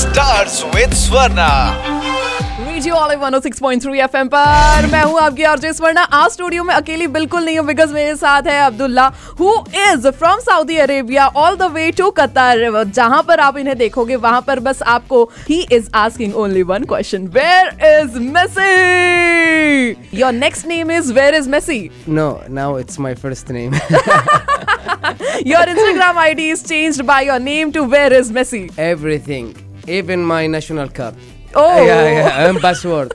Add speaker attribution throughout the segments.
Speaker 1: starts with Swarna.
Speaker 2: Radio olive 106.3 FM पर मैं हूं आपकी आरजे स्वर्णा आज स्टूडियो में अकेली बिल्कुल नहीं हूं बिकॉज मेरे साथ है Abdullah who is from Saudi Arabia all the way to Qatar जहां पर आप इन्हें देखोगे वहां पर बस आपको ही is asking only one question where is Messi your next name is where is Messi
Speaker 3: No, now it's my first name.
Speaker 2: Your Instagram ID is changed by your name to where is Messi
Speaker 3: Everything, even my national card.
Speaker 2: Oh.
Speaker 3: Yeah, yeah, and passport.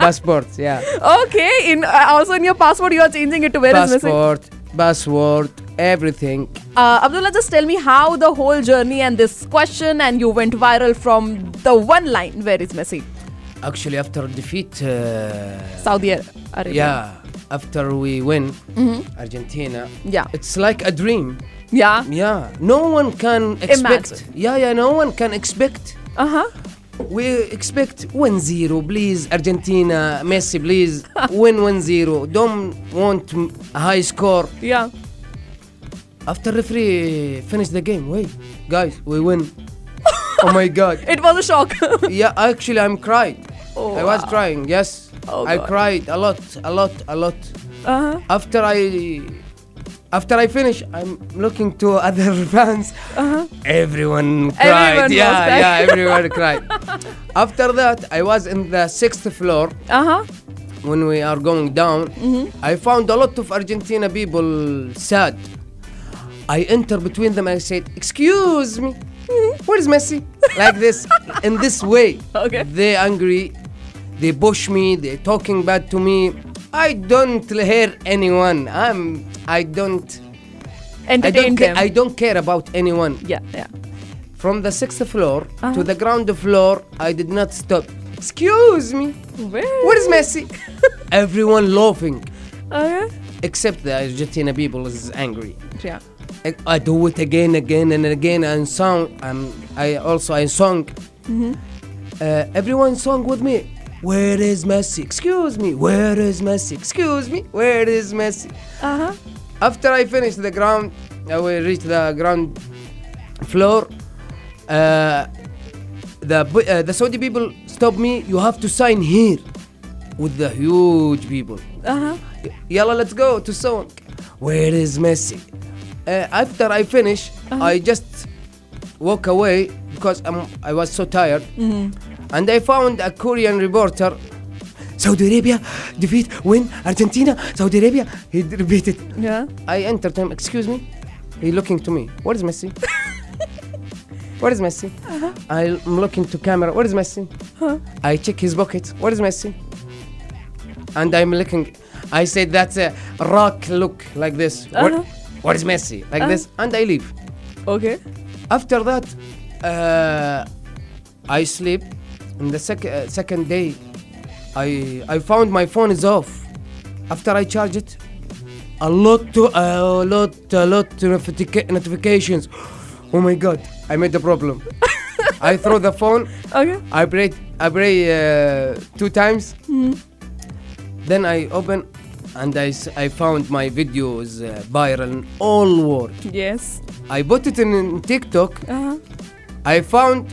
Speaker 3: passport, yeah.
Speaker 2: Okay, in uh, also in your passport you are changing it to where is Messi.
Speaker 3: passport, password, everything.
Speaker 2: Uh, Abdullah, just tell me how the whole journey and this question and you went viral from the one line where is Messi?
Speaker 3: Actually, after defeat, uh,
Speaker 2: Saudi Ar- Arabia.
Speaker 3: yeah, after we win Argentina,
Speaker 2: Mm-hmm. Yeah.
Speaker 3: it's like a dream.
Speaker 2: Yeah.
Speaker 3: Yeah, no one can expect.
Speaker 2: Imagine.
Speaker 3: Yeah, yeah, no one can expect.
Speaker 2: Uh huh.
Speaker 3: We expect 1-0, please, Argentina, Messi, please, win 1-0. Don't want m- a high score.
Speaker 2: Yeah.
Speaker 3: After referee finish the game, wait, guys, we win. oh my God.
Speaker 2: It was a shock.
Speaker 3: Yeah, actually, I'm crying.
Speaker 2: Oh,
Speaker 3: I was
Speaker 2: wow.
Speaker 3: crying, yes.
Speaker 2: Oh,
Speaker 3: I
Speaker 2: God.
Speaker 3: cried a lot, a lot, a lot.
Speaker 2: uh-huh.
Speaker 3: After I... After I finish, I'm looking to other fans. Everyone cried.
Speaker 2: Uh-huh. Everyone was
Speaker 3: yeah,
Speaker 2: crying.
Speaker 3: yeah, everyone cried. After that, I was in the sixth floor.
Speaker 2: Uh huh.
Speaker 3: when we are going down I found a lot of Argentina people sad I enter between them and I said excuse me where is Messi like this in this way
Speaker 2: Okay.
Speaker 3: they angry they push me they talking bad to me I don't hear anyone I'm I don't I
Speaker 2: Entertain
Speaker 3: don't ca-
Speaker 2: them.
Speaker 3: I don't care about anyone
Speaker 2: yeah. Yeah.
Speaker 3: from the sixth floor
Speaker 2: Uh-huh.
Speaker 3: to the ground floor I did not stop excuse me
Speaker 2: Where?
Speaker 3: where is Messi everyone laughing
Speaker 2: Okay.
Speaker 3: except the Argentina people is angry.
Speaker 2: Yeah.
Speaker 3: I, I do it again, again, and again, and song. Um, I also I song. Uh, everyone song with me. Where is Messi? Excuse me. Where is Messi? Excuse me. Where is Messi?
Speaker 2: Uh huh.
Speaker 3: After I finish the ground, I will reach the ground floor. Uh, the bu- uh, the Saudi people stop me. You have to sign here with the huge people.
Speaker 2: Uh huh.
Speaker 3: Yalla, let's go to song. Where is Messi? Uh, after I finish, I just walk away because I'm, I was so tired. And I found a Korean reporter. Saudi Arabia, defeat, win, Argentina, Saudi Arabia. He d- repeated.
Speaker 2: Yeah.
Speaker 3: I entered him. Excuse me. He looking to me. Where is Messi? Where is Messi? I'm looking to camera. Where is Messi? I check his pocket. Where is Messi? And I'm looking. I said that's a rock look like this. Where, where is Messi? Like this. And I leave.
Speaker 2: Okay.
Speaker 3: After that, uh, I sleep. And the sec- uh, second day, I I found my phone is off. After I charge it, a lot to a lot a lot to notifica- notifications. Oh my God! I made a problem. I throw the phone.
Speaker 2: Okay.
Speaker 3: I pray I pray uh, two times. Then I open. And I, s- I found my videos uh, viral in all world.
Speaker 2: Yes.
Speaker 3: I put it in, in TikTok
Speaker 2: Uh huh.
Speaker 3: I found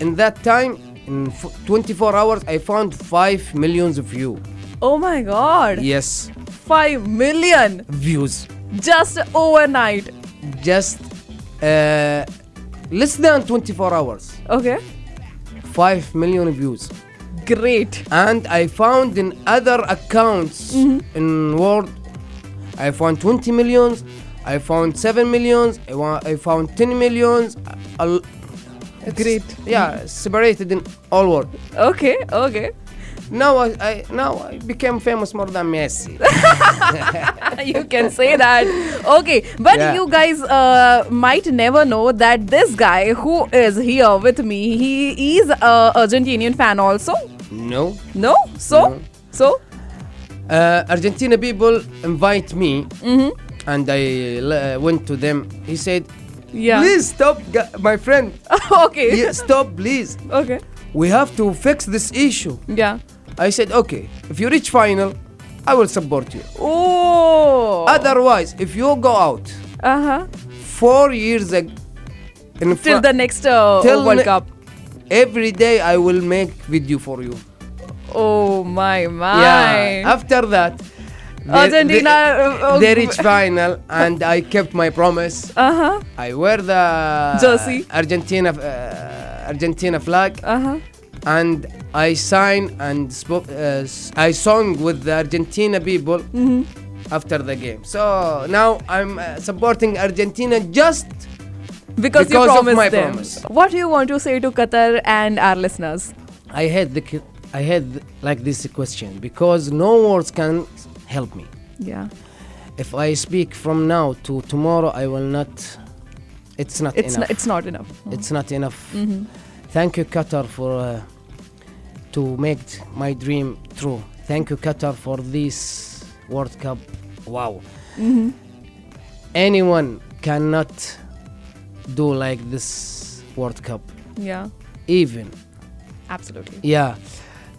Speaker 3: in that time in f- 24 hours I found 5 millions of view.
Speaker 2: Oh my God.
Speaker 3: Yes,
Speaker 2: Five million
Speaker 3: views.
Speaker 2: just overnight.
Speaker 3: Just uh, less than 24 hours,
Speaker 2: Okay.
Speaker 3: 5 million views.
Speaker 2: Great.
Speaker 3: And I found in other accounts in world I found 20 millions, I found 7 millions, I, wa- I found 10 millions. A l- it's-
Speaker 2: Great.
Speaker 3: Yeah, separated in all world.
Speaker 2: Okay. Okay.
Speaker 3: Now I, I now I became famous more than Messi.
Speaker 2: you can say that okay but
Speaker 3: Yeah.
Speaker 2: you guys uh, might never know that this guy who is here with me he is a argentinian fan also
Speaker 3: No.
Speaker 2: no so
Speaker 3: No.
Speaker 2: so
Speaker 3: Uh, Argentina people invite me,
Speaker 2: Mm-hmm.
Speaker 3: and I l- uh, went to them. He said,
Speaker 2: yeah
Speaker 3: "Please stop, gu- my friend.
Speaker 2: okay
Speaker 3: Yeah, stop, please.
Speaker 2: okay
Speaker 3: We have to fix this issue."
Speaker 2: yeah
Speaker 3: I said, "Okay. If you reach final, I will support you.
Speaker 2: oh
Speaker 3: Otherwise, if you go out
Speaker 2: uh-huh
Speaker 3: four years ago, in
Speaker 2: till
Speaker 3: fr-
Speaker 2: the next uh,
Speaker 3: till
Speaker 2: world
Speaker 3: ne-
Speaker 2: cup
Speaker 3: Every day I will make video for you.
Speaker 2: Oh my my.
Speaker 3: Yeah. After that, they-
Speaker 2: Argentina, uh, uh,
Speaker 3: They, they reach final, and I kept my promise.
Speaker 2: Uh huh.
Speaker 3: I wear the
Speaker 2: Jersey.
Speaker 3: Argentina, uh, Argentina flag,
Speaker 2: Uh huh.
Speaker 3: and I sign and spoke. Uh, s- I sung with the Argentina people
Speaker 2: Mm-hmm.
Speaker 3: after the game. So now I'm uh, supporting Argentina just
Speaker 2: Because, you
Speaker 3: Because of
Speaker 2: promised
Speaker 3: my
Speaker 2: them.
Speaker 3: promise.
Speaker 2: What do you want to say to Qatar and our listeners?
Speaker 3: I had the ki- I had like this question because no words can help me.
Speaker 2: Yeah.
Speaker 3: If I speak from now to tomorrow, I will not. It's not
Speaker 2: It's
Speaker 3: enough.
Speaker 2: not, it's not enough.
Speaker 3: it's not enough. Thank you, Qatar, for uh, to make t- my dream true. Thank you, Qatar, for this World Cup. Wow. Anyone cannot do like this World Cup.
Speaker 2: Yeah.
Speaker 3: Even
Speaker 2: Absolutely.
Speaker 3: yeah,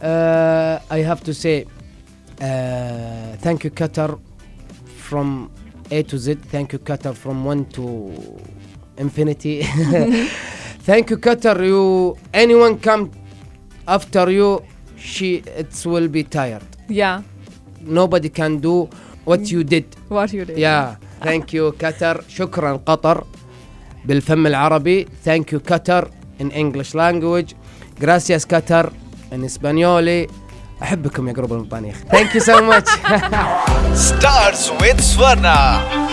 Speaker 3: uh, I have to say uh, thank you, Qatar, from A to Z. Thank you, Qatar, from one to infinity. thank you, Qatar. You anyone come after you, she it will be tired.
Speaker 2: Yeah.
Speaker 3: Nobody can do what you did.
Speaker 2: What you did.
Speaker 3: يا ثانك يو قطر شكرا قطر بالفم العربي ثانك يو قطر ان انجلش لانجوج جراسياس قطر ان اسبانيولي احبكم يا قرب المطانيخ ثانك يو سو ماتش
Speaker 1: Stars with Swarna.